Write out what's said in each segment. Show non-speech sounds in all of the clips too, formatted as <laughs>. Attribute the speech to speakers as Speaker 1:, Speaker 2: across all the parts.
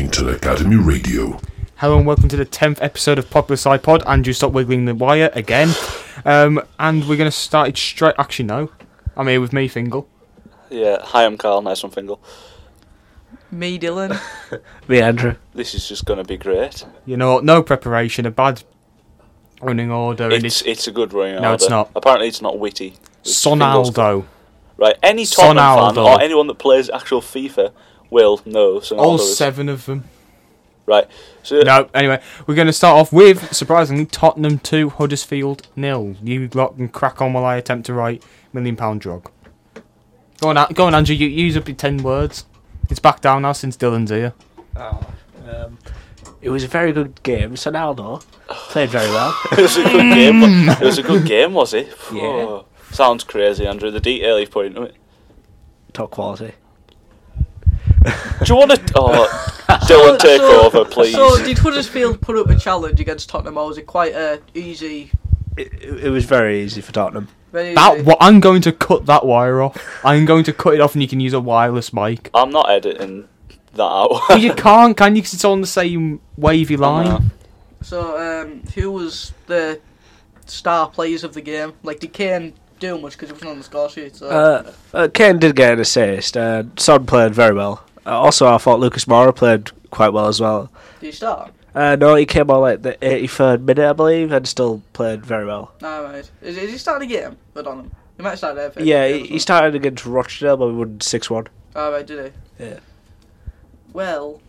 Speaker 1: Academy Radio.
Speaker 2: Hello and welcome to the 10th episode of Popular Sci Pod. Andrew, stop wiggling the wire again. Um, and we're going to start it straight. Actually, no. I'm here with me, Fingal.
Speaker 3: Yeah, hi, I'm Carl. Nice one, Fingal.
Speaker 4: Me, Dylan.
Speaker 5: Me, Andrew.
Speaker 3: This is just going to be great.
Speaker 2: You know what? No preparation, a bad running order. and
Speaker 3: It's it's a good running
Speaker 2: No, it's
Speaker 3: order.
Speaker 2: not.
Speaker 3: Apparently, it's not witty. It's Fingal's-
Speaker 2: Sonaldo.
Speaker 3: Right, any Tottenham fan
Speaker 2: Sonaldo.
Speaker 3: or anyone that plays actual FIFA will know Sonaldo.
Speaker 2: All
Speaker 3: is-
Speaker 2: seven of them.
Speaker 3: Right, so
Speaker 2: No, anyway, we're going to start off with, surprisingly, Tottenham 2, Huddersfield nil. You lot can crack on while I attempt to write Million Pound Drug. Go on, An- go on Andrew, you use up your 10 words. It's back down now since Dylan's here.
Speaker 5: Um, it was a very good game. Sonaldo played very well. <laughs>
Speaker 3: it was a good game. But it was
Speaker 2: <laughs>
Speaker 3: a good game, was it?
Speaker 5: Yeah.
Speaker 3: Phew. Sounds crazy, Andrew. The detail you've put into it.
Speaker 5: Top quality.
Speaker 3: Do you want to?
Speaker 2: <laughs>
Speaker 3: Oh, Dylan, take
Speaker 4: so,
Speaker 3: over, please.
Speaker 4: So, did Huddersfield put up a challenge against Tottenham, or was it quite a easy?
Speaker 5: It, it, it was very easy for Tottenham.
Speaker 4: Very
Speaker 2: That
Speaker 4: easy?
Speaker 2: wa- I'm going to cut that wire off. I'm going to cut it off and you can use a wireless mic.
Speaker 3: I'm not editing that out.
Speaker 2: But
Speaker 3: <laughs>
Speaker 2: you can't, can you? 'Cause it's on the same wavy line.
Speaker 3: No.
Speaker 4: So, um, who was the star players of the game? Like, did Kane do much because he wasn't on the score sheet? So.
Speaker 5: Uh, uh, Kane did get an assist. Uh, Son played very well. Uh, also, I thought Lucas Moura played quite well as well.
Speaker 4: did he start?
Speaker 5: Uh, no, he came on like the 83rd minute, I believe, and still played very well.
Speaker 4: No, right. Is, is he starting a game for Tottenham? He might start there.
Speaker 5: yeah, he, he started against Rochdale, but we won 6 1.
Speaker 4: All right, did he?
Speaker 5: Yeah.
Speaker 4: Well,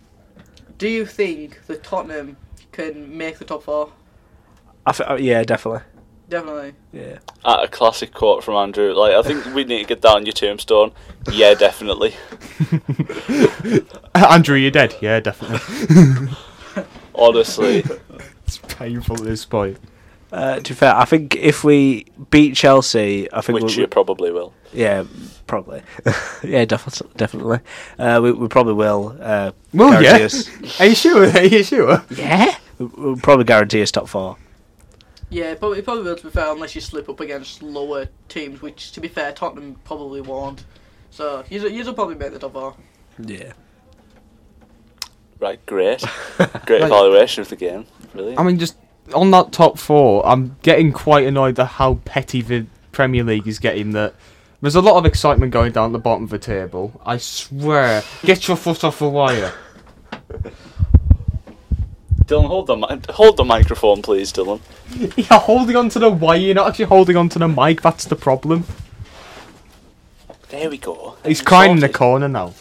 Speaker 4: do you think that Tottenham can make the top four?
Speaker 5: I th- uh, yeah, definitely.
Speaker 4: Definitely.
Speaker 5: Yeah.
Speaker 3: At a classic quote from Andrew, like I think we need to get that on your tombstone. Yeah, definitely.
Speaker 2: <laughs> Andrew, you're dead. Yeah, definitely. <laughs>
Speaker 3: Honestly,
Speaker 2: it's painful at this point.
Speaker 5: Uh, to be fair, I think if we beat Chelsea, I think
Speaker 3: which
Speaker 5: we'll,
Speaker 3: you probably will.
Speaker 5: Yeah, probably. <laughs> yeah, definitely. Definitely. Uh, we, we probably will. Uh,
Speaker 2: Will
Speaker 5: guarantee
Speaker 2: ya? <laughs>
Speaker 5: us-
Speaker 2: Are you sure? Are you sure?
Speaker 5: yeah. We- We'll probably guarantee us top four.
Speaker 4: Yeah, it probably, it probably will, to be fair, unless you slip up against lower teams, which, to be fair, Tottenham probably won't. So, you'll you'll probably make the top four.
Speaker 5: Yeah.
Speaker 2: <laughs>
Speaker 3: Right, great, great
Speaker 2: Right.
Speaker 3: evaluation of the game. Really,
Speaker 2: I mean, just on that top four, I'm getting quite annoyed at how petty the Premier League is getting. That there's a lot of excitement going down at the bottom of the table. I swear, get your foot off the wire. <laughs>
Speaker 3: Dylan, hold the mi- hold the microphone, please, Dylan.
Speaker 2: You're holding onto the wire. You're not actually holding onto the mic. That's the problem.
Speaker 3: There we go.
Speaker 2: He's crying in the
Speaker 3: Sorted.
Speaker 2: corner now.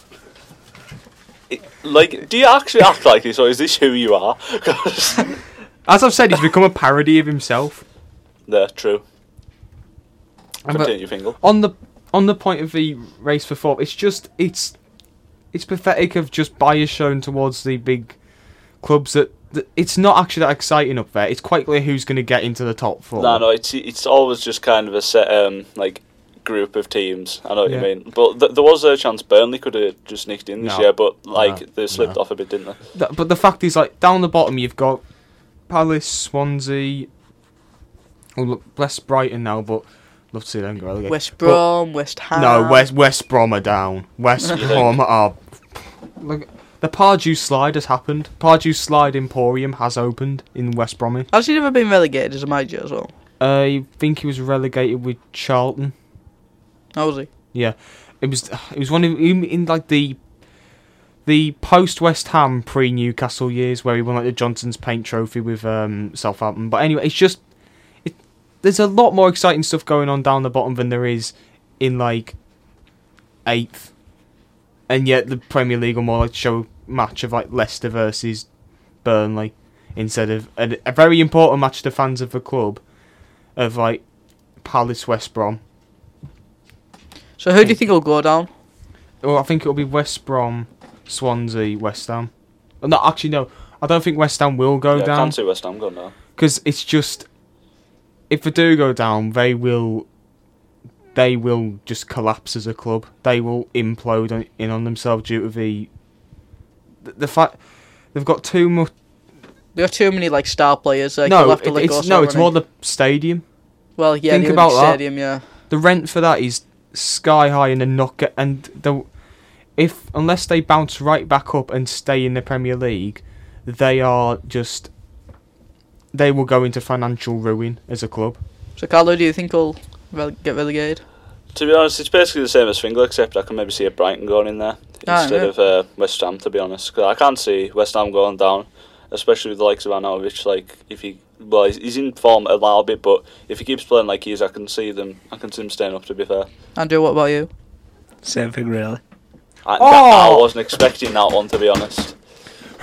Speaker 3: It- Like, do you actually act like this, or is this who you are? <laughs> 'Cause-
Speaker 2: As I've said, he's become a parody of himself.
Speaker 3: no, true.
Speaker 2: And but-
Speaker 3: Continue, Fingal.
Speaker 2: on the on the point of the race for fourth, it's just it's it's pathetic of just bias shown towards the big clubs that, that it's not actually that exciting up there. It's quite clear who's going to get into the top four.
Speaker 3: No, no, it's it's always just kind of a set um like group of teams. I know what
Speaker 2: Yeah.
Speaker 3: you mean, but th- there was a chance Burnley could have just nicked in this
Speaker 2: No.
Speaker 3: year, but like
Speaker 2: No.
Speaker 3: they slipped
Speaker 2: No.
Speaker 3: off a bit, didn't they?
Speaker 2: Th- but the fact is, like down the bottom, you've got Palace, Swansea. Oh, look, bless Brighton now, but love to see them go relegated.
Speaker 4: West
Speaker 2: But-
Speaker 4: Brom, West Ham.
Speaker 2: No, West West Brom are down. West
Speaker 3: You
Speaker 2: Brom are. Look, the Pardew slide has happened. Pardew slide emporium has opened in West Bromwich.
Speaker 4: Has he never been relegated as a major as well?
Speaker 2: I think he was relegated with Charlton.
Speaker 4: How was he?
Speaker 2: Yeah, it was. It was one of in, in like the the post West Ham pre Newcastle years where he won like the Johnson's Paint Trophy with um, Southampton. But anyway, it's just it, there's a lot more exciting stuff going on down the bottom than there is in like eighth, and yet the Premier League will more like show a match of like Leicester versus Burnley instead of a, a very important match to fans of the club of like Palace West Brom.
Speaker 4: So, who do you
Speaker 2: Hmm.
Speaker 4: think will go down?
Speaker 2: Well, I think it'll be West Brom, Swansea, West Ham. Uh, No, actually, no. I don't think West Ham will go
Speaker 3: yeah, I
Speaker 2: down
Speaker 3: can't see West Ham going now.
Speaker 2: because it's just if they do go down, they will they will just collapse as a club. They will implode on, in on themselves due to the the, the fact they've got too much.
Speaker 4: There are too many like star players. Like,
Speaker 2: no,
Speaker 4: you'll have to
Speaker 2: it-
Speaker 4: let go
Speaker 2: it's
Speaker 4: of
Speaker 2: no, it's
Speaker 4: so
Speaker 2: more
Speaker 4: many.
Speaker 2: the stadium.
Speaker 4: well, yeah,
Speaker 2: think
Speaker 4: the Olympic
Speaker 2: about that.
Speaker 4: stadium, yeah.
Speaker 2: the rent for that is sky high and the knock and the if unless they bounce right back up and stay in the Premier League, they are just they will go into financial ruin as a club.
Speaker 4: So, Carlo, do you think he'll rele- get relegated?
Speaker 3: To be honest, it's basically the same as Fingal, except I can maybe see a Brighton going in there
Speaker 4: Ah,
Speaker 3: instead
Speaker 4: yeah.
Speaker 3: of uh, West Ham. To be honest, 'Cause I can't see West Ham going down, especially with the likes of Arnautovic. Like if he, well, he's, he's in form a little bit, but if he keeps playing like he is, I can see them. I can see him staying up. To be fair,
Speaker 4: Andrew, what about you?
Speaker 5: Same thing, really.
Speaker 3: I,
Speaker 2: Oh!
Speaker 3: I wasn't expecting that one. To be honest,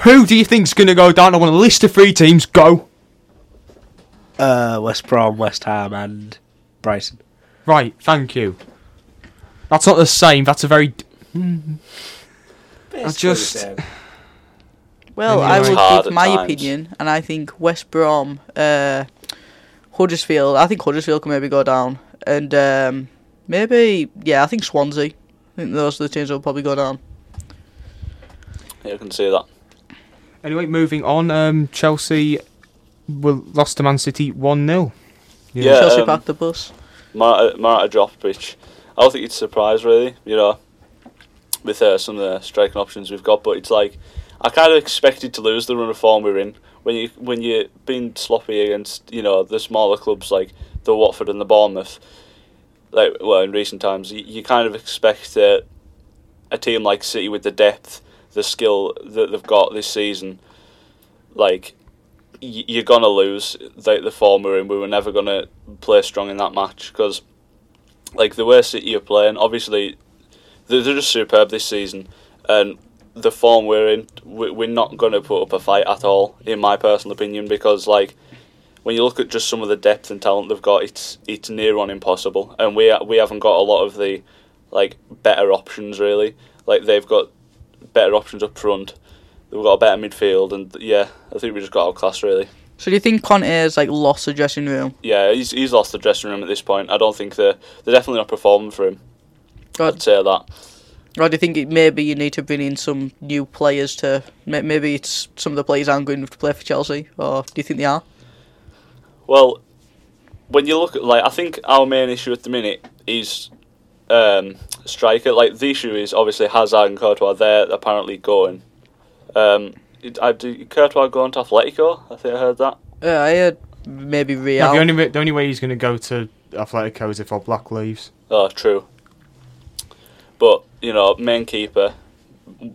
Speaker 2: Who do you think's going to go down? I want a list of three teams. Go
Speaker 5: Uh, West Brom, West Ham, and Brighton.
Speaker 2: right. Thank you. That's not the same. That's a very. d- Basically the just- same.
Speaker 4: Well,
Speaker 2: Anyway.
Speaker 4: I
Speaker 2: It's
Speaker 3: hard
Speaker 4: will give
Speaker 3: at
Speaker 4: my
Speaker 3: times.
Speaker 4: opinion, and I think West Brom, uh, Huddersfield. I think Huddersfield can maybe go down, and um, maybe yeah, I think Swansea. I think those are the teams that will probably go down.
Speaker 3: yeah, I can see that.
Speaker 2: Anyway, moving on. Um, Chelsea were lost to Man City one 0
Speaker 3: Yeah,
Speaker 4: Chelsea
Speaker 3: um,
Speaker 4: back the bus.
Speaker 3: Morata, Morata dropped, which I don't think it's a surprise really. You know, with uh, some of the striking options we've got, but it's like I kind of expected to lose the run of form we're in when you when you're being sloppy against you know the smaller clubs like the Watford and the Bournemouth. Like well, in recent times, you, you kind of expect uh, a team like City with the depth, the skill that they've got this season, like y- you're gonna lose the, the form we're in. We were never gonna play strong in that match because, like the way City are playing, obviously they're, they're just superb this season, and the form we're in, we- we're not gonna put up a fight at all, in my personal opinion, because like. When you look at just some of the depth and talent they've got, it's it's near on impossible, and we we haven't got a lot of the like better options really. Like they've got better options up front, they've got a better midfield, and yeah, I think we just got outclassed really.
Speaker 4: So do you think Conte has like lost the dressing room?
Speaker 3: Yeah, he's, he's lost the dressing room at this point. I don't think they're they're definitely not performing for him.
Speaker 4: Or,
Speaker 3: I'd say that.
Speaker 4: or do you think it, maybe you need to bring in some new players to ma- maybe it's some of the players aren't good enough to play for Chelsea, or do you think they are?
Speaker 3: Well, when you look at like, I think our main issue at the minute is um, striker. Like the issue is obviously Hazard and Courtois. They're apparently going. Um, it- I do Courtois going to Atletico. I think I heard that.
Speaker 4: Uh, I heard maybe Real.
Speaker 2: the only way- the only way he's going to go to Atletico is if our black leaves.
Speaker 3: Oh, true. But you know, main keeper,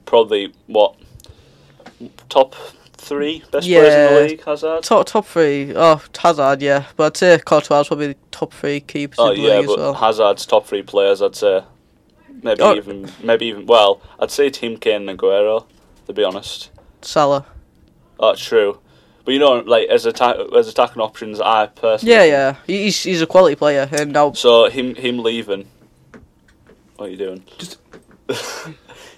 Speaker 3: probably what top three best players in
Speaker 4: Yeah.
Speaker 3: the league. Hazard.
Speaker 4: Top top three. Oh, Hazard, yeah. But I'd say Courtois probably the top three keepers
Speaker 3: Oh
Speaker 4: in the
Speaker 3: yeah,
Speaker 4: league as
Speaker 3: but
Speaker 4: well.
Speaker 3: Hazard's top three players, I'd say. Maybe
Speaker 4: Oh.
Speaker 3: even, maybe even. Well, I'd say Team Kane and Aguero. To be honest,
Speaker 4: Salah.
Speaker 3: oh, true. But you know, like as attack as attacking options, I personally.
Speaker 4: Yeah, yeah. He- He's he's a quality player, and now
Speaker 3: So him him leaving. What are you doing?
Speaker 2: Just-
Speaker 3: <laughs>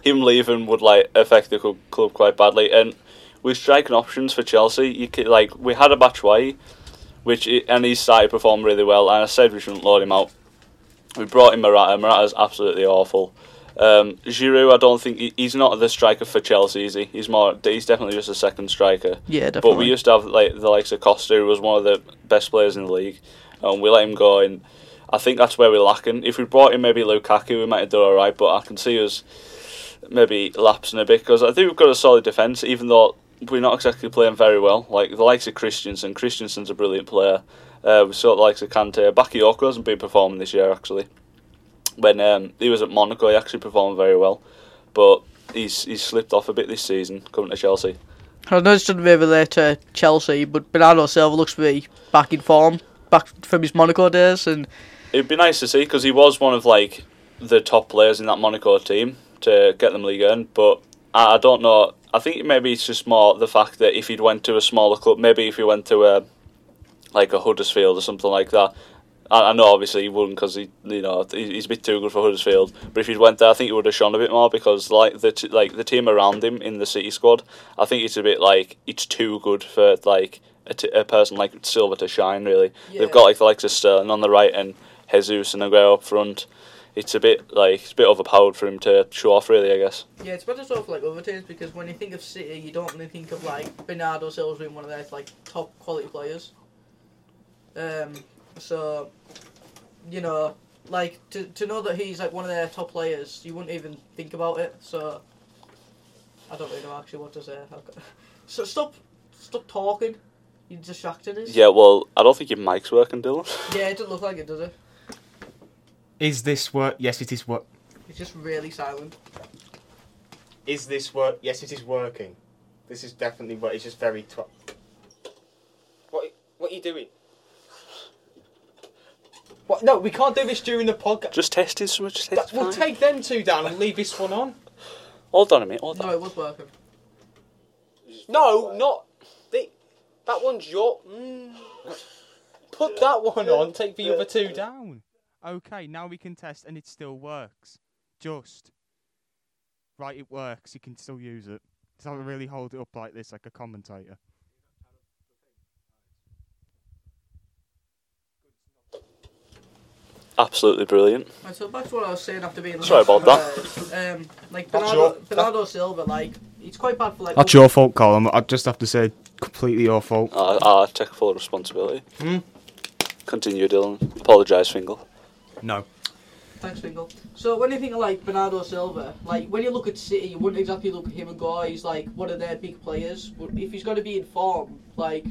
Speaker 3: him leaving would like affect the cl- club quite badly, and with striking options for Chelsea, you could, like we had a Batshuayi, which i and he started performing really well, and I said we shouldn't load him out. We brought in Morata. Morata's absolutely awful. Um, Giroud, I don't think he, he's not the striker for Chelsea. Is he? He's more. He's definitely just a second striker.
Speaker 4: yeah,
Speaker 3: But
Speaker 4: definitely.
Speaker 3: we used to have like the likes of Costa, who was one of the best players in the league, and we let him go. And I think that's where we're lacking. If we brought in maybe Lukaku, we might have done all right. But I can see us maybe lapsing a bit because I think we've got a solid defense, even though we're not exactly playing very well. Like the likes of Christensen, Christensen's a brilliant player. Uh, we saw the likes of Kante. Bakayoko hasn't been performing this year actually. When um, he was at Monaco, he actually performed very well, but he's he's slipped off a bit this season coming to Chelsea.
Speaker 4: I know it's done maybe later uh, Chelsea, but Bernardo Silva looks to be back in form, back from his Monaco days, and
Speaker 3: It'd be nice to see because he was one of like the top players in that Monaco team to get them league in. But I, I don't know. I think maybe it's just more the fact that if he'd went to a smaller club, maybe if he went to a like a Huddersfield or something like that. I, I know obviously he wouldn't because he you know he, he's a bit too good for Huddersfield. But if he'd went there, I think he would have shone a bit more because like the t- like the team around him in the City squad, I think it's a bit like it's too good for like. A, t- a person like Silver to shine really.
Speaker 4: Yeah.
Speaker 3: They've got like the likes of Sterling on the right and Jesus and Aguero up front. It's a bit like it's a bit overpowered for him to show off, really. I guess.
Speaker 4: Yeah, it's better sort of like other teams because when you think of City, you don't really think of like Bernardo Silva being one of their like top quality players. Um, so you know, like to to know that he's like one of their top players, you wouldn't even think about it. So I don't really know actually what to say. <laughs> I've got- So stop, stop talking. You're distracting us.
Speaker 3: Yeah, well, I don't think your mic's working, Dylan. <laughs>
Speaker 4: Yeah, it doesn't look like it, does it?
Speaker 2: Is this work? Yes, it is work.
Speaker 4: It's just really silent.
Speaker 2: Is this work? Yes, it is working. This is definitely work. It's just very. Tw- what? What are you doing? What? No, we can't do this during the podcast.
Speaker 3: Just testing so much.
Speaker 2: That-
Speaker 3: Test
Speaker 2: We'll take them two down and leave this one on.
Speaker 3: Hold on a minute. Hold on.
Speaker 4: No, it was working.
Speaker 2: No, not the, that one's your. Mm. Put that one on. Take the other two down. Okay, now we can test, and it still works. Just right, it works. You can still use it. Doesn't really hold it up like this, like a commentator.
Speaker 3: Absolutely brilliant.
Speaker 4: Right, so back to what I was saying after being.
Speaker 3: Sorry about
Speaker 4: that. Um, like
Speaker 2: That's
Speaker 4: Bernardo,
Speaker 2: your-
Speaker 4: Bernardo Silva, like it's quite bad for like. oh,
Speaker 2: That's your fault, Colin. I just have to say, completely your fault.
Speaker 3: I, I take full responsibility.
Speaker 2: Hmm?
Speaker 3: Continue, Dylan. Apologise, Fingal.
Speaker 2: No.
Speaker 4: Thanks, Bingo. So when you think of like Bernardo Silva, like when you look at City, you wouldn't exactly look at him and go, oh, he's like one of their big players. But if he's going to be in form, like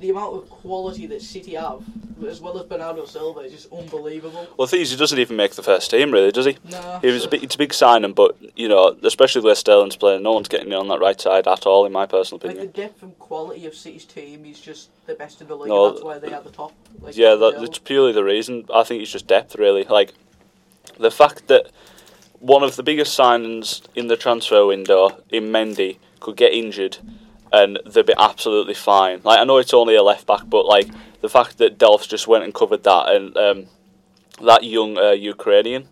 Speaker 4: the amount of quality that City have, as well as Bernardo Silva, is just unbelievable.
Speaker 3: Well, the thing is, he doesn't even make the first team, really, does he?
Speaker 4: No.
Speaker 3: It was a big, it's a big signing, but you know, especially where Sterling's playing, no one's getting in on that right side at all, in my personal
Speaker 4: Like the
Speaker 3: opinion.
Speaker 4: depth and quality of City's team is just the best in the league.
Speaker 3: No,
Speaker 4: and that's why they are the top. Like,
Speaker 3: Yeah,
Speaker 4: top of
Speaker 3: that,
Speaker 4: the
Speaker 3: that's purely the reason. I think it's just depth, really. Like the fact that one of the biggest signings in the transfer window in Mendy could get injured, and they'd be absolutely fine. Like I know it's only a left back, but like the fact that Delphs just went and covered that, and um, that young uh, Ukrainian.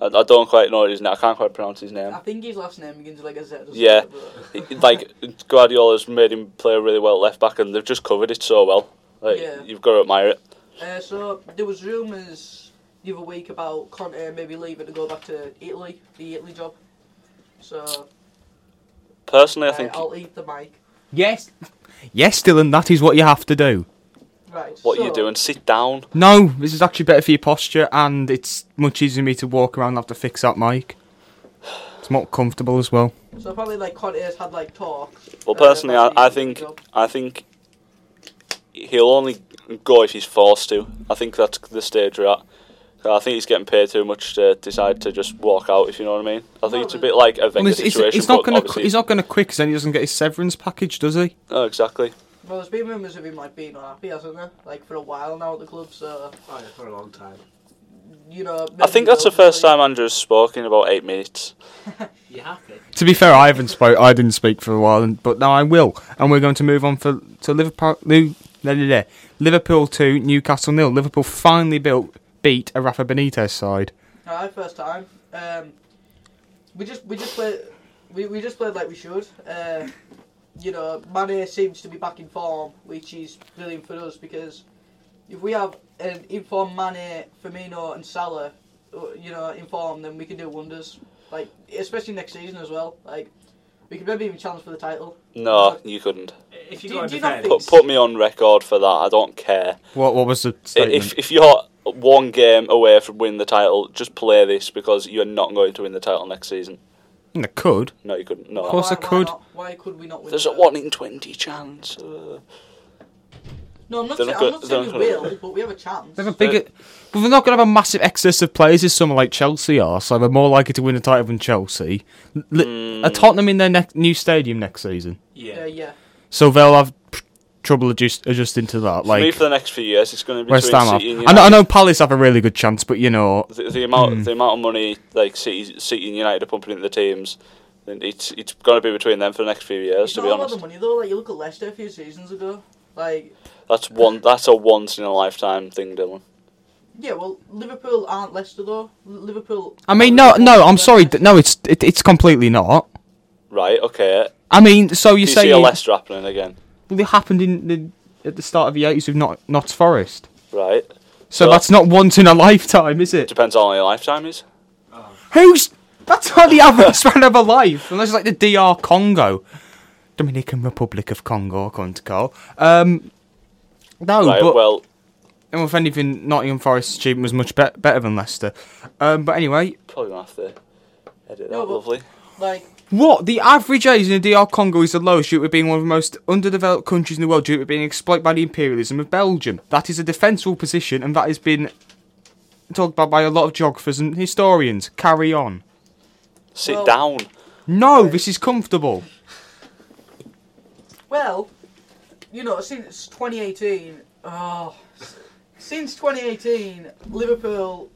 Speaker 3: I, I don't quite know his name. I can't quite pronounce his name.
Speaker 4: I think his last name begins with like a Z. Or
Speaker 3: Yeah.
Speaker 4: something, but-
Speaker 3: It- like Guardiola's made him play really well at left back, and they've just covered it so well. Like
Speaker 4: Yeah.
Speaker 3: you've got to admire it.
Speaker 4: Uh, so there was rumours the other week about Conte maybe leaving to go back to Italy, the Italy job. So
Speaker 3: Personally, I
Speaker 4: uh,
Speaker 3: think
Speaker 4: I'll eat the mic.
Speaker 2: Yes. Yes, Dylan. That is what you have to do.
Speaker 4: Right.
Speaker 3: what
Speaker 4: so,
Speaker 3: you're doing, sit down.
Speaker 2: No, this is actually better for your posture, and it's much easier for me to walk around and have to fix that mic. It's more comfortable as well.
Speaker 4: So apparently, like Conte's had like talks.
Speaker 3: Well,
Speaker 4: uh,
Speaker 3: personally, I,
Speaker 4: about the
Speaker 3: I
Speaker 4: Italy
Speaker 3: think
Speaker 4: job.
Speaker 3: I think he'll only go if he's forced to. I think that's the stage we're at. I think he's getting paid too much to decide to just walk out. If you know what I mean. I think it's a bit like a Wenger
Speaker 2: Well, it's, it's-
Speaker 3: situation.
Speaker 2: it's not
Speaker 3: but
Speaker 2: going to.
Speaker 3: obviously-
Speaker 2: He's not going to quit because then he doesn't get his severance package, does he?
Speaker 3: No, exactly.
Speaker 4: Well, there's been rumours of him like being unhappy, hasn't there? Like for a while now at the club. So
Speaker 5: Oh, yeah, for a long time.
Speaker 4: you know.
Speaker 3: I think that's the first time Andrew's spoken in about eight minutes.
Speaker 5: You happy?
Speaker 2: To be fair, I haven't spoke. I didn't speak for a while, and, but now I will. And we're going to move on for to Liverpool. Lu- la- la- la. Liverpool two, Newcastle nil. Liverpool finally built beat a Rafa Benitez side.
Speaker 4: Alright, first time. Um, we just we just played we, we just played like we should. Uh, you know, Mane seems to be back in form, which is brilliant for us because if we have an informed Mane, Firmino, and Salah, uh, you know, in form, then we can do wonders. Like especially next season as well. Like we could maybe even challenge for the title.
Speaker 3: No, you couldn't.
Speaker 5: If you
Speaker 4: Do-
Speaker 5: go and
Speaker 4: do you not
Speaker 5: defend-
Speaker 4: think-
Speaker 3: Put, put me on record for that. I don't care.
Speaker 2: What what was the statement?
Speaker 3: If if you're one game away from winning the title, just play this because you're not going to win the title next season.
Speaker 2: And they could.
Speaker 3: No, you couldn't.
Speaker 2: Of
Speaker 3: No,
Speaker 2: course
Speaker 4: why,
Speaker 2: I could.
Speaker 4: Why, not? why could we not win?
Speaker 3: there's
Speaker 4: the
Speaker 3: a
Speaker 4: title?
Speaker 3: one in twenty chance. Uh,
Speaker 4: No, I'm not,
Speaker 3: They're
Speaker 4: saying,
Speaker 3: not
Speaker 4: I'm
Speaker 3: gonna-
Speaker 4: not
Speaker 3: they're
Speaker 4: saying we
Speaker 3: not gonna-
Speaker 4: will, but we have a chance.
Speaker 2: They have a bigger.
Speaker 3: Uh,
Speaker 2: But they're not going to have a massive excess of players as someone like Chelsea are, so they're more likely to win a title than Chelsea. Li-
Speaker 3: Hmm.
Speaker 2: Are Tottenham in their ne- new stadium next season?
Speaker 4: Yeah,
Speaker 5: Yeah.
Speaker 4: yeah.
Speaker 2: So they'll have pr- trouble adjust- adjusting to that.
Speaker 3: for me,
Speaker 2: Like
Speaker 3: for the next few years, it's going to be
Speaker 2: West
Speaker 3: between
Speaker 2: Ham are.
Speaker 3: City and
Speaker 2: I know, I Hmm.
Speaker 3: United.
Speaker 2: know Palace have a really good chance, but you know,
Speaker 3: The, the amount, the amount of money like City, City and United are pumping into the teams, then it's it's going to be between them for the next few years.
Speaker 4: It's
Speaker 3: to
Speaker 4: not
Speaker 3: be
Speaker 4: about
Speaker 3: honest,
Speaker 4: the money though. Like you look at Leicester a few seasons ago. Like
Speaker 3: that's one. That's a once in a lifetime thing, Dylan.
Speaker 4: Yeah, well, Liverpool aren't Leicester though. L- Liverpool.
Speaker 2: I mean, no, no, I'm sorry, d- no, it's it, it's completely not.
Speaker 3: Right? Okay.
Speaker 2: I mean, so you
Speaker 3: Do you see
Speaker 2: say
Speaker 3: a Leicester happening again?
Speaker 2: it happened in the, at the start of the 80s with not Notts Forest.
Speaker 3: Right.
Speaker 2: So
Speaker 3: Well-
Speaker 2: that's not once in a lifetime, is it?
Speaker 3: Depends on how long your lifetime is.
Speaker 2: Who's that's not the average span of a life, unless it's like the DR Congo, Dominican Republic of Congo, according to Carl. Um, no,
Speaker 3: Right.
Speaker 2: Oh, but
Speaker 3: well,
Speaker 2: and if anything, Nottingham Forest's achievement was much be- better than Leicester. Um, but anyway,
Speaker 3: probably gonna have to edit that.
Speaker 4: No, but-
Speaker 3: lovely.
Speaker 4: Like
Speaker 2: What? The average age in the DR Congo is the lowest due to it being one of the most underdeveloped countries in the world due to it being exploited by the imperialism of Belgium. That is a defensible position and that has been talked about by a lot of geographers and historians. Carry on.
Speaker 3: Sit
Speaker 4: Well-
Speaker 3: down.
Speaker 2: No, this is comfortable.
Speaker 4: Well, you know, since 2018, oh, s- since 2018, Liverpool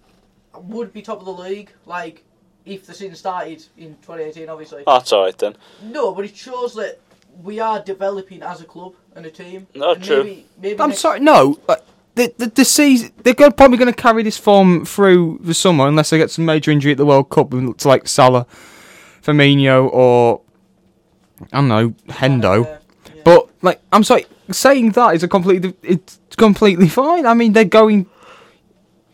Speaker 4: would be top of the league. Like, if the season started in 2018, obviously.
Speaker 3: Oh, that's all right then.
Speaker 4: No, but it shows that we are developing as a club and a team.
Speaker 3: No,
Speaker 4: and
Speaker 3: true.
Speaker 4: Maybe, maybe
Speaker 2: I'm
Speaker 4: next-
Speaker 2: sorry, no. uh, The, the, the season, they're go- probably going to carry this form through the summer unless they get some major injury at the World Cup. and looks like Salah, Firmino, or, I don't know, Hendo.
Speaker 4: Uh, yeah.
Speaker 2: But like, I'm sorry, saying that is a completely it's completely fine. I mean, they're going.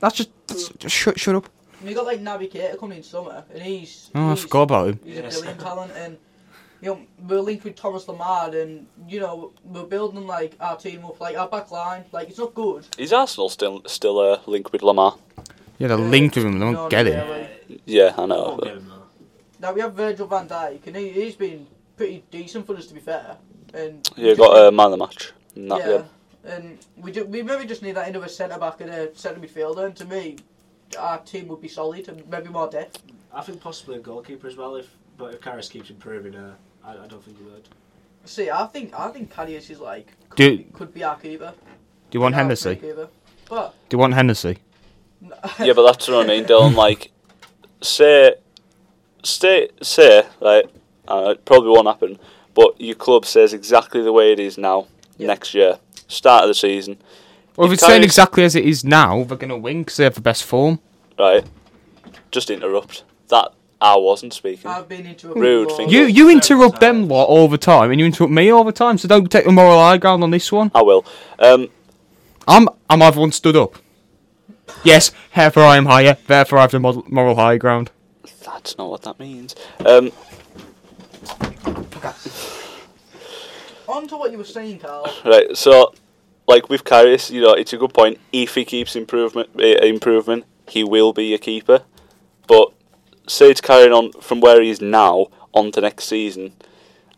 Speaker 2: That's just, that's just shut shut up.
Speaker 4: we got like Naby Keita coming in summer, and he's
Speaker 2: Oh, I
Speaker 4: he's,
Speaker 2: forgot about him.
Speaker 4: he's
Speaker 3: <laughs>
Speaker 4: a brilliant talent, and you know we're linked with Thomas Lamard, and you know we're building like our team up, like our back line, like it's not good.
Speaker 3: Is Arsenal still still uh, linked with Lamar?
Speaker 2: Yeah, they're
Speaker 4: Uh,
Speaker 2: linked with him. They
Speaker 4: no,
Speaker 2: don't get
Speaker 4: no,
Speaker 2: it.
Speaker 4: really.
Speaker 3: Yeah, I know.
Speaker 4: Oh,
Speaker 1: Won't
Speaker 3: but-
Speaker 1: get him though.
Speaker 4: Now we have Virgil Van Dijk, and he, he's been pretty decent for us to be fair. And
Speaker 3: You got a uh, man of the match. and that, yeah.
Speaker 4: And we do, we maybe just need that end of a centre back and a centre midfielder. And to me, our team would be solid and maybe more depth.
Speaker 1: I think possibly a goalkeeper as well. If but if Karras keeps improving, uh, I, I don't think he would.
Speaker 4: See, I think I think Cadius is like could,
Speaker 2: Do-
Speaker 4: could be our keeper.
Speaker 2: Do you want
Speaker 4: Our
Speaker 2: Hennessy? Do
Speaker 4: free keeper. But <laughs>
Speaker 2: you want Hennessy?
Speaker 3: Yeah, but that's what I mean, Dylan. Like, say, say, say, right? Uh, it probably won't happen, but your club says exactly the way it is now.
Speaker 4: Yeah.
Speaker 3: Next year, start of the season,
Speaker 2: Well, if
Speaker 3: If
Speaker 2: it's staying
Speaker 3: Karius-
Speaker 2: exactly as it is now, they're gonna win because they have the best form.
Speaker 3: right? Just interrupt. That I wasn't speaking.
Speaker 4: I've been into a
Speaker 3: Rude
Speaker 4: lot.
Speaker 3: thing.
Speaker 2: You you interrupt them lot all the time, and you interrupt me all the time. So don't take the moral high ground on this one.
Speaker 3: I will. Um,
Speaker 2: I'm I'm I've once stood up. Yes, therefore I am higher. Therefore I have the mod- moral high ground.
Speaker 3: that's not what that means. Um,
Speaker 4: On to what you were saying, Carl.
Speaker 3: Right, so like with Karius, you know, it's a good point. If he keeps improvement, eh, improvement, he will be a keeper. But say it's carrying on from where he is now on to next season,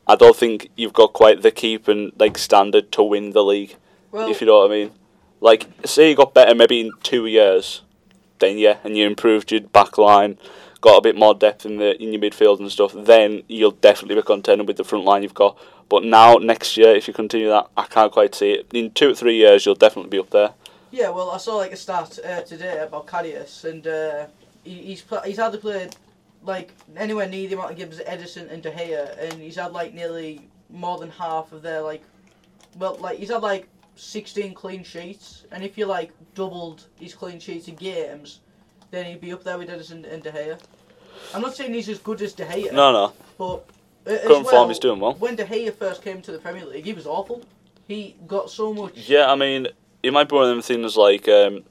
Speaker 3: I don't think you've got quite the keeping like standard to win the league.
Speaker 4: Well,
Speaker 3: if you know what I mean, like say you got better maybe in two years, then yeah, and you improved your back line, got a bit more depth in the in your midfield and stuff. Then you'll definitely be contending with the front line you've got. But now next year, if you continue that, I can't quite see it. In two or three years, you'll definitely be up there.
Speaker 4: Yeah, well, I saw like a stat uh, today about Carius, and uh, he, he's pl- he's hardly played like anywhere near the amount of games that Edison and De Gea, and he's had like nearly more than half of their like, well, like he's had like sixteen clean sheets, and if you like doubled his clean sheets in games, then he'd be up there with Edison and De Gea. I'm not saying he's as good as De Gea,
Speaker 3: No, no,
Speaker 4: but uh, as
Speaker 3: current
Speaker 4: well,
Speaker 3: form is doing well.
Speaker 4: When De Gea first came to the Premier League, he was awful. He got so much.
Speaker 3: Yeah, I mean, it might be one of them things like um,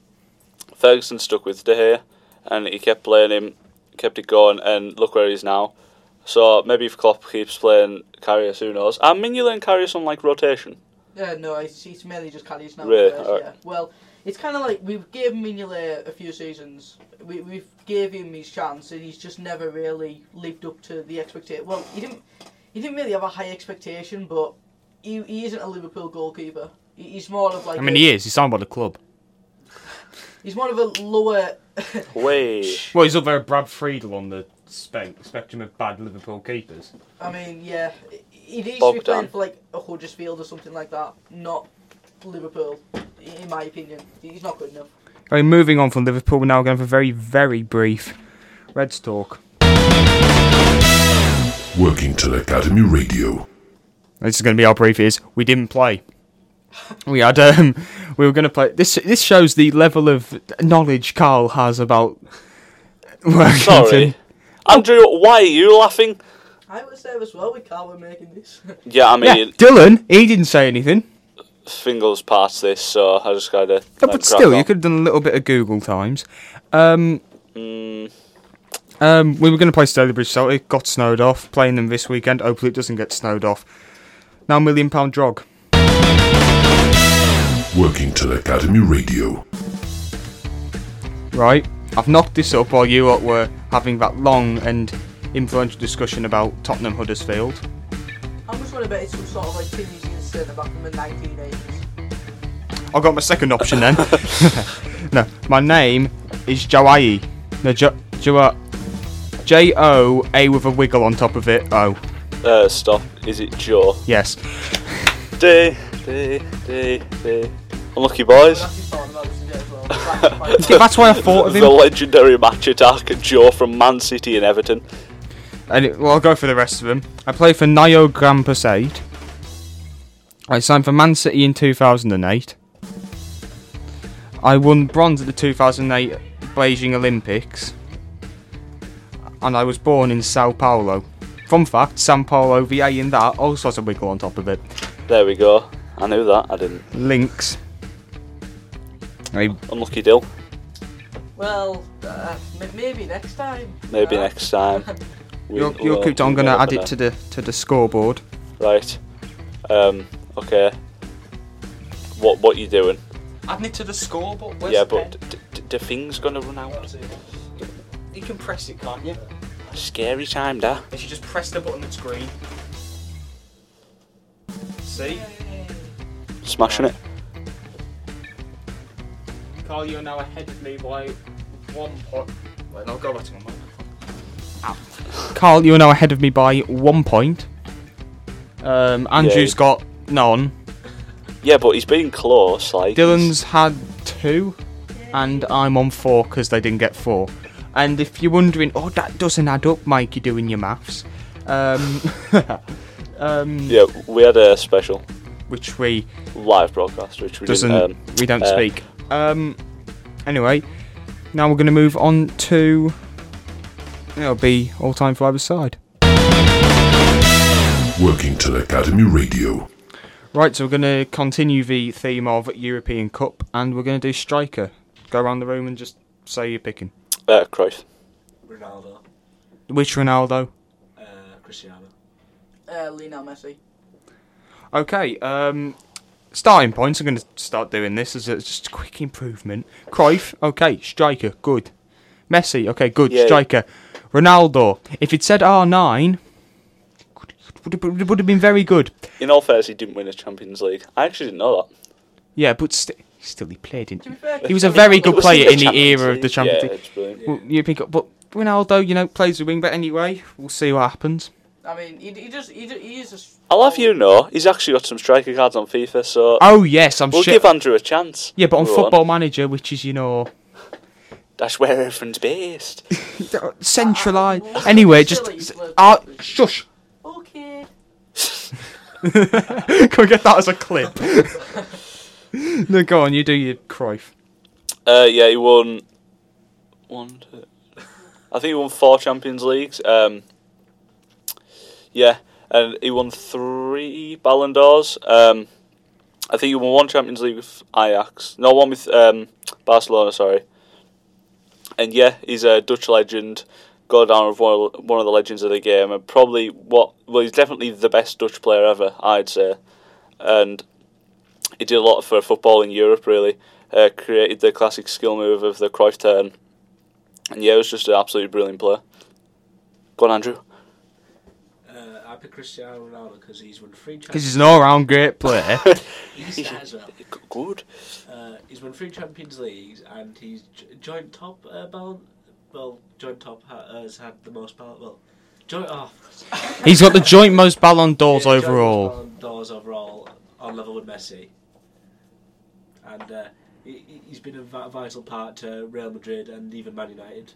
Speaker 3: Ferguson stuck with De Gea, and he kept playing him, kept it going, and look where he is now. So maybe if Klopp keeps playing Carrius, who knows? And Mignola and Carrius on like rotation.
Speaker 4: Yeah, uh, no, it's, it's mainly just Cadiz now.
Speaker 3: Really?
Speaker 4: first,
Speaker 3: Alright.
Speaker 4: yeah. Well, it's kind of like we gave Mignolet a few seasons. We we gave him his chance, and he's just never really lived up to the expectation. Well, he didn't he didn't really have a high expectation, but he, he isn't a Liverpool goalkeeper. He, he's more of like
Speaker 2: I mean,
Speaker 4: a-
Speaker 2: he is. He's signed by the club.
Speaker 4: he's more of a lower. <laughs>
Speaker 3: Way.
Speaker 2: Well, he's up there with Brad Friedel on the spe- spectrum of bad Liverpool keepers.
Speaker 4: I mean, yeah, he he needs to be
Speaker 3: Bogdan.
Speaker 4: playing for like a Huddersfield or something like that, not Liverpool. In my opinion, he's not good enough.
Speaker 2: I mean, moving on from Liverpool, we're now going for very, very brief Reds talk.
Speaker 6: Working Till Academy Radio.
Speaker 2: This is going to be how brief it is. We didn't play. We had um, we were going to play. This this shows the level of knowledge Carl has about. Workington.
Speaker 3: Sorry. Andrew, why are you laughing?
Speaker 4: I was there as well with Carl when making <laughs> this.
Speaker 3: Yeah, I
Speaker 2: Yeah,
Speaker 3: mean,
Speaker 2: Dylan, he didn't say anything.
Speaker 3: Fingal's past this, so I just gotta.
Speaker 2: No,
Speaker 3: like,
Speaker 2: but
Speaker 3: crack
Speaker 2: still,
Speaker 3: on.
Speaker 2: you could have done a little bit of Google times. Um,
Speaker 3: Mm.
Speaker 2: um, we were going to play Stalybridge Celtic, got snowed off. Playing them this weekend, hopefully it doesn't get snowed off. Now, million pound drug.
Speaker 6: Working Till Academy Radio.
Speaker 2: right? I've knocked this up while you lot were having that long and influential discussion about Tottenham Huddersfield.
Speaker 4: I'm just going to bet it's some sort of like Tim Easy centre back from the 1980s.
Speaker 2: I got my second option then. <laughs> no, my name is Joai. No, jo- Joa. J O A with a wiggle on top of it. Oh,
Speaker 3: Uh, stop. Is it Joe?
Speaker 2: yes.
Speaker 3: D, D, D, D. Unlucky boys.
Speaker 4: That's his thought about this today
Speaker 3: <laughs>
Speaker 4: as well. Right,
Speaker 2: See, that's why I thought of
Speaker 3: The
Speaker 2: him.
Speaker 3: legendary match attack, Joe from Man City and Everton.
Speaker 2: And it- well, I'll go for the rest of them. I played for Nio Grand Passade. I signed for Man City in 2008. I won bronze at the 2008 Beijing Olympics. And I was born in Sao Paulo. Fun fact, Sao Paulo, VA in that, all sorts of wiggle on top of it.
Speaker 3: There we go. I knew that. I didn't.
Speaker 2: Links. I,
Speaker 3: Unlucky deal.
Speaker 4: well, uh, m- maybe next time.
Speaker 3: Maybe
Speaker 4: Uh,
Speaker 3: next time. we
Speaker 2: you're,
Speaker 3: will
Speaker 2: you're cooped up, I'm going to add
Speaker 3: develop
Speaker 2: it to the to the scoreboard.
Speaker 3: Right. Um. Okay. What What you doing?
Speaker 7: Adding it to the score, but where's
Speaker 3: yeah,
Speaker 7: the pen?
Speaker 3: but d- d- the thing's gonna run out.
Speaker 7: you can press it, can't you?
Speaker 3: Scary time, da.
Speaker 7: If you just press the button that's green. See,
Speaker 3: Smashing it.
Speaker 7: Carl, you're now ahead of me by one point. Wait, I'll go back to my mic.
Speaker 2: Carl, you are now ahead of me by one point. Um, Andrew's
Speaker 3: Yay.
Speaker 2: got none.
Speaker 3: Yeah, but he's been close. Like
Speaker 2: Dylan's had two, and I'm on four because they didn't get four. And if you're wondering, oh, that doesn't add up, Mike, you're doing your maths. Um, <laughs> um,
Speaker 3: Yeah, we had a special
Speaker 2: Which we
Speaker 3: live broadcast, which we
Speaker 2: doesn't,
Speaker 3: didn't. Um,
Speaker 2: we don't
Speaker 3: uh,
Speaker 2: speak. Um, anyway, now we're going to move on to. It'll be all time for either side.
Speaker 6: Working Till Academy Radio.
Speaker 2: Right, so we're going to continue the theme of European Cup, and we're going to do striker. Go around the room and just say you're picking.
Speaker 3: uh, Cruyff.
Speaker 1: Ronaldo,
Speaker 2: Which Ronaldo?
Speaker 1: uh, Cristiano.
Speaker 4: <laughs> Uh, Lionel Messi.
Speaker 2: Okay, um, starting points. I'm going to start doing this as a, just a quick improvement. Cruyff, okay, striker, good. Messi, okay, good,
Speaker 3: Yeah.
Speaker 2: striker. Ronaldo, if it said R9, could- would have, would have been very good.
Speaker 3: In all fairness, he didn't win a Champions League. I actually didn't know that.
Speaker 2: Yeah, but st- still he played, didn't
Speaker 4: To
Speaker 2: he?
Speaker 4: be fair,
Speaker 2: He was a
Speaker 4: Cristiano
Speaker 2: very
Speaker 4: Ronaldo
Speaker 2: good
Speaker 3: It was
Speaker 2: player
Speaker 3: the
Speaker 2: in the
Speaker 3: Champions
Speaker 2: era of the Champions
Speaker 3: Yeah,
Speaker 2: League.
Speaker 3: it's brilliant.
Speaker 2: Well, you pick up, but Ronaldo, you know, plays the wing back anyway. We'll see what happens.
Speaker 4: I mean, he, he just he, ju- he is just.
Speaker 3: I'll have you know, he's actually got some striker cards on FIFA, so
Speaker 2: Oh yes, I'm
Speaker 3: we'll
Speaker 2: sure.
Speaker 3: give Andrew a chance.
Speaker 2: yeah, but on
Speaker 3: Go
Speaker 2: Football Manager, which is you know
Speaker 3: that's where everything's based.
Speaker 2: centralised.
Speaker 4: Uh, uh,
Speaker 2: Anyway, just
Speaker 4: silly, but-
Speaker 2: uh, shush. <laughs>
Speaker 4: Okay.
Speaker 2: Can we get that as a clip? <laughs> no, go on. You do your Cruyff.
Speaker 3: Uh, yeah, he won one. Two, I think he won four Champions Leagues. Um, yeah, and he won three Ballon d'Ors. Um, I think he won one Champions League with Ajax. No, one with um, Barcelona. Sorry. And yeah, he's a Dutch legend. Go down with one of, one of the legends of the game, and probably what well, he's definitely the best Dutch player ever, I'd say. And he did a lot for football in Europe, really. Uh, created the classic skill move of the Cruyff turn. And yeah, it was just an absolutely brilliant player. Go on, Andrew.
Speaker 1: Uh, I picked Cristiano Ronaldo because he's won three.
Speaker 2: Because he's an all-round great <laughs> player.
Speaker 1: He's that as well.
Speaker 3: G- Good.
Speaker 1: Uh, he's won three Champions Leagues and he's j- joint top. Uh, Ballon, well, joint top ha- has had the most Ballon. Well, joint ah, off.
Speaker 2: he's got the joint most Ballon d'Ors overall.
Speaker 1: Doors overall on level with Messi. And uh, he, he- he's been a vi- vital part to Real Madrid and even Man United.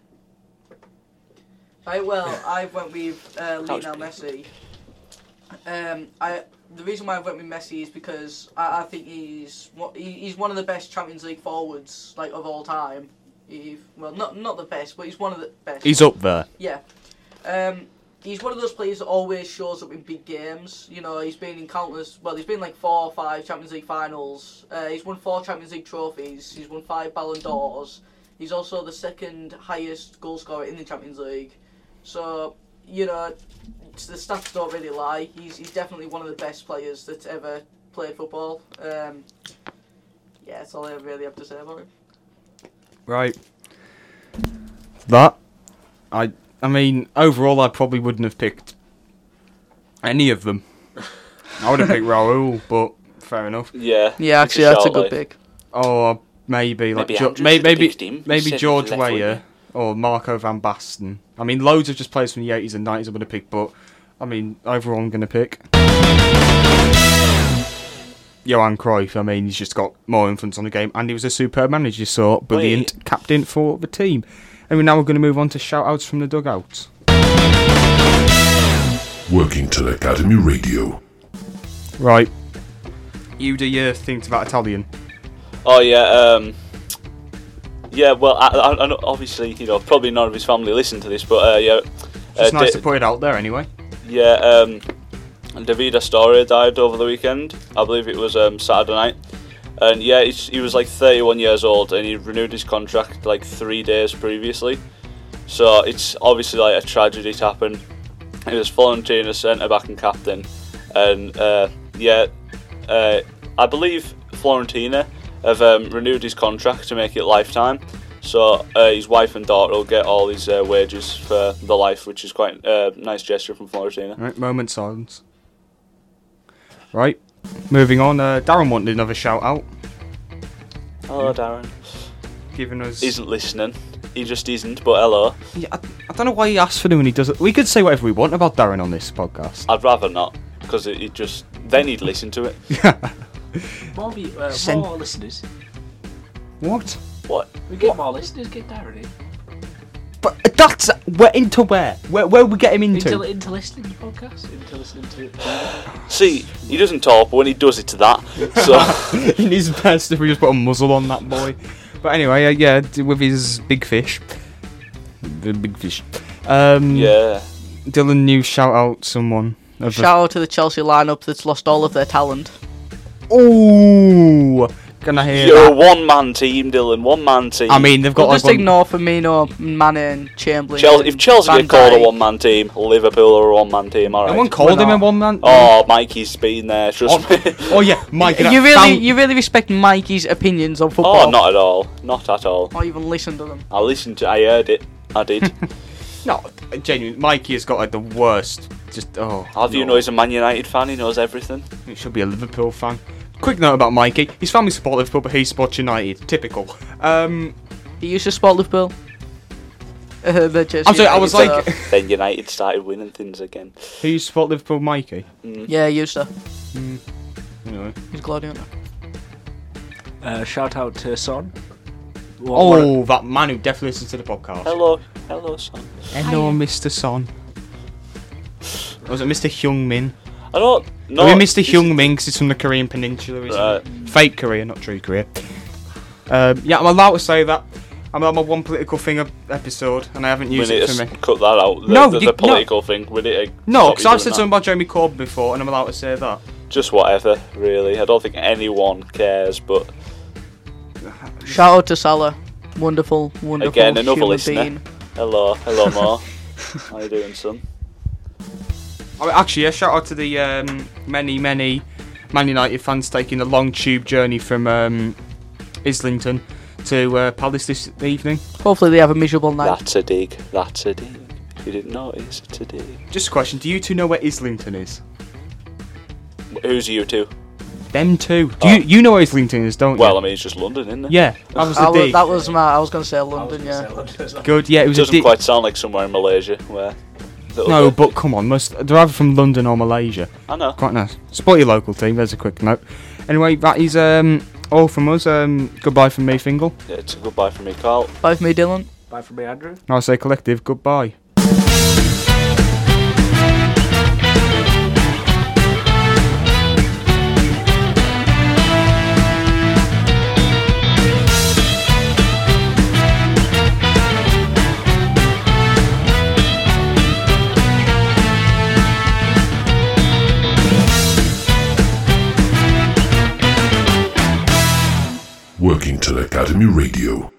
Speaker 4: Right, well, I went with uh,
Speaker 3: was
Speaker 4: Lionel Messi. Um, I the reason why I went with Messi is because I, I think he's one- he, he's one of the best Champions League forwards like of all time. He, well, not not the best, but he's one of the best.
Speaker 2: He's up there.
Speaker 4: Yeah. Um, he's one of those players that always shows up in big games. You know, he's been in countless. Well, he's been like four or five Champions League finals. Uh, he's won four Champions League trophies. He's won five Ballon d'Ors. He's also the second highest goal scorer in the Champions League. So, you know, it's- the stats don't really lie. He's, he's definitely one of the best players that's ever played football. Um, yeah, that's all I really have to say about him.
Speaker 2: Right. That I I mean, overall, I probably wouldn't have picked any of them. I would have <laughs> picked Raul, but fair enough.
Speaker 3: Yeah.
Speaker 4: Yeah,
Speaker 3: it's
Speaker 4: actually, that's a
Speaker 3: shout,
Speaker 4: good
Speaker 3: like-
Speaker 4: pick.
Speaker 2: Or uh, maybe like
Speaker 3: Maybe
Speaker 2: Jo-
Speaker 3: Andrew
Speaker 2: may-
Speaker 3: should've
Speaker 2: maybe
Speaker 3: picked him. He
Speaker 2: maybe
Speaker 3: said
Speaker 2: George
Speaker 3: left winger.
Speaker 2: Weyer or Marco van Basten. I mean, loads of just players from the eighties and nineties I'm going to pick, but I mean, overall, I'm going to pick Johan Cruyff. I mean, he's just got more influence on the game, and he was a superb manager, so brilliant captain for the team. Anyway, now we're going to move on to shout outs from the dugout.
Speaker 6: Workington Academy Radio.
Speaker 2: Right. You do your things about Italian.
Speaker 3: Oh yeah, um, yeah. Well, I, I, I know- obviously, you know, probably none of his family listen to this, but uh, yeah, uh,
Speaker 2: It's nice
Speaker 3: Da-
Speaker 2: to put it out there anyway.
Speaker 3: yeah. Um, David Astori died over the weekend. I believe it was um, Saturday night, and yeah, he's, he was like 31 years old, and he renewed his contract like three days previously. So it's obviously like a tragedy to happen. He was Florentina's centre back and captain, and uh, yeah, uh, I believe Florentina have um, renewed his contract to make it lifetime. So uh, his wife and daughter will get all his uh, wages for the life, which is quite a uh, nice gesture from Florentina.
Speaker 2: Right, moment silence. Right, moving on. Uh, Darren wanted another shout out,
Speaker 3: Hello, Darren.
Speaker 2: giving us.
Speaker 3: Isn't listening. He just isn't. But hello.
Speaker 2: Yeah, I, I don't know why he asked for them when he does it. We could say whatever we want about Darren on this podcast.
Speaker 3: I'd rather not, because it, it just then he'd listen
Speaker 2: <laughs>
Speaker 3: to it.
Speaker 1: More, be, uh,
Speaker 2: Send-
Speaker 1: more listeners.
Speaker 2: What?
Speaker 3: What?
Speaker 1: We get more listeners, get Darren in.
Speaker 2: But that's where into where? Where where we get him
Speaker 1: Into,
Speaker 2: into? <laughs>
Speaker 1: into listening to podcasts, into listening to.
Speaker 3: See, he doesn't talk, but when he does, it's that.
Speaker 2: <laughs>
Speaker 3: So
Speaker 2: In his best, if we just put a muzzle on that boy. But anyway, uh, yeah, d- with his big fish, the big fish. Um,
Speaker 3: yeah,
Speaker 2: Dylan, you shout out someone. of the-
Speaker 4: Shout out to the Chelsea lineup that's lost all of their talent.
Speaker 2: Ooh, can I hear
Speaker 3: you're
Speaker 2: that?
Speaker 3: a one-man team, Dylan. One-man team.
Speaker 2: I mean, they've got
Speaker 4: Well,
Speaker 2: like
Speaker 4: just
Speaker 2: one-
Speaker 4: ignore Firmino, Mane, and Chamberlain.
Speaker 3: Chelsea, if Chelsea
Speaker 4: Van
Speaker 3: get called a
Speaker 4: Dijk.
Speaker 3: one-man team, Liverpool are a one-man team. All
Speaker 2: No
Speaker 3: right.
Speaker 2: one called
Speaker 4: We're
Speaker 2: him a
Speaker 4: not.
Speaker 2: one man.
Speaker 3: Oh, Mikey's been there. Trust me. <laughs>
Speaker 2: oh, oh, yeah, Mike.
Speaker 4: You really, you really respect Mikey's opinions on football.
Speaker 3: Oh, not at all. Not at all.
Speaker 4: Or even listen to them.
Speaker 3: I listened to. I heard it.
Speaker 2: <laughs>
Speaker 3: I did.
Speaker 2: no, genuine. Mikey has got like the worst. Just oh.
Speaker 3: How do you know he's a Man United fan? He knows everything.
Speaker 2: He should be a Liverpool fan. Quick note about Mikey. His family support Liverpool, but he supports United. Typical. Um,
Speaker 4: He used to support Liverpool. Uh, but Chelsea
Speaker 2: I'm sorry. I was
Speaker 4: United,
Speaker 2: like,
Speaker 4: so-
Speaker 3: Then United started winning things again.
Speaker 2: who you support Liverpool, Mikey?
Speaker 4: yeah, he used to.
Speaker 2: Anyway.
Speaker 4: He's Guardiola.
Speaker 1: Uh, shout out to Son. What, what-
Speaker 2: Oh, that man who definitely listens to the podcast.
Speaker 3: Hello, hello, son.
Speaker 2: Hello, Mr. Son. Or was it Mr. Hyung Min?
Speaker 3: I don't.
Speaker 2: No,
Speaker 3: No,
Speaker 2: we Mr.
Speaker 3: this is-
Speaker 2: Hyung Min because it's from the Korean Peninsula, isn't
Speaker 3: Right.
Speaker 2: it? Fake Korea, not true Korea. Um, yeah, I'm allowed to say that. I'm on my one political thing ep- episode, and I haven't
Speaker 3: We
Speaker 2: used
Speaker 3: need
Speaker 2: it
Speaker 3: to
Speaker 2: for
Speaker 3: s-
Speaker 2: me.
Speaker 3: cut that out. The,
Speaker 2: No,
Speaker 3: the,
Speaker 2: you-
Speaker 3: the
Speaker 2: no.
Speaker 3: political thing. We
Speaker 2: No,
Speaker 3: need to stop
Speaker 2: because
Speaker 3: you
Speaker 2: I've
Speaker 3: doing
Speaker 2: said
Speaker 3: that.
Speaker 2: something about Jeremy Corbyn before, and I'm allowed to say that.
Speaker 3: Just whatever, really. I don't think anyone cares. But
Speaker 4: Shout out to Salah. Wonderful, wonderful
Speaker 3: Again, another
Speaker 4: human
Speaker 3: listener.
Speaker 4: being.
Speaker 3: hello,
Speaker 2: <laughs>
Speaker 3: hello, Mar. How you doing, son?
Speaker 2: Oh, actually, yeah, shout out to the um, many, many Man United fans taking the long tube journey from um, Islington to uh, Palace this evening.
Speaker 4: Hopefully they have a miserable night.
Speaker 3: That's a dig. That's a dig. You didn't notice. It's a dig.
Speaker 2: Just a question: Do you two know where Islington is?
Speaker 3: Who's you two?
Speaker 2: Them two. Do
Speaker 3: Oh.
Speaker 2: you you know where Islington is, don't
Speaker 3: Well,
Speaker 2: you?
Speaker 3: I mean, it's just London, isn't it?
Speaker 2: yeah, that was the
Speaker 4: I wa-
Speaker 2: dig.
Speaker 4: that was my. I was gonna say London, yeah.
Speaker 2: Good. Yeah, it
Speaker 3: It
Speaker 2: was a
Speaker 3: doesn't
Speaker 2: dig.
Speaker 3: quite sound like somewhere in Malaysia where. the
Speaker 2: No,
Speaker 3: other-
Speaker 2: but come on, must they're either from London or Malaysia.
Speaker 3: I know.
Speaker 2: Quite nice. Support your local team. There's a quick note. Anyway, that is um, all from us. Um, goodbye from me, Fingal.
Speaker 3: Yeah, It's a goodbye from me, Carl.
Speaker 4: Bye for me, Dylan.
Speaker 1: Bye from me, Andrew.
Speaker 2: And I say collective goodbye.
Speaker 6: Workington Academy Radio.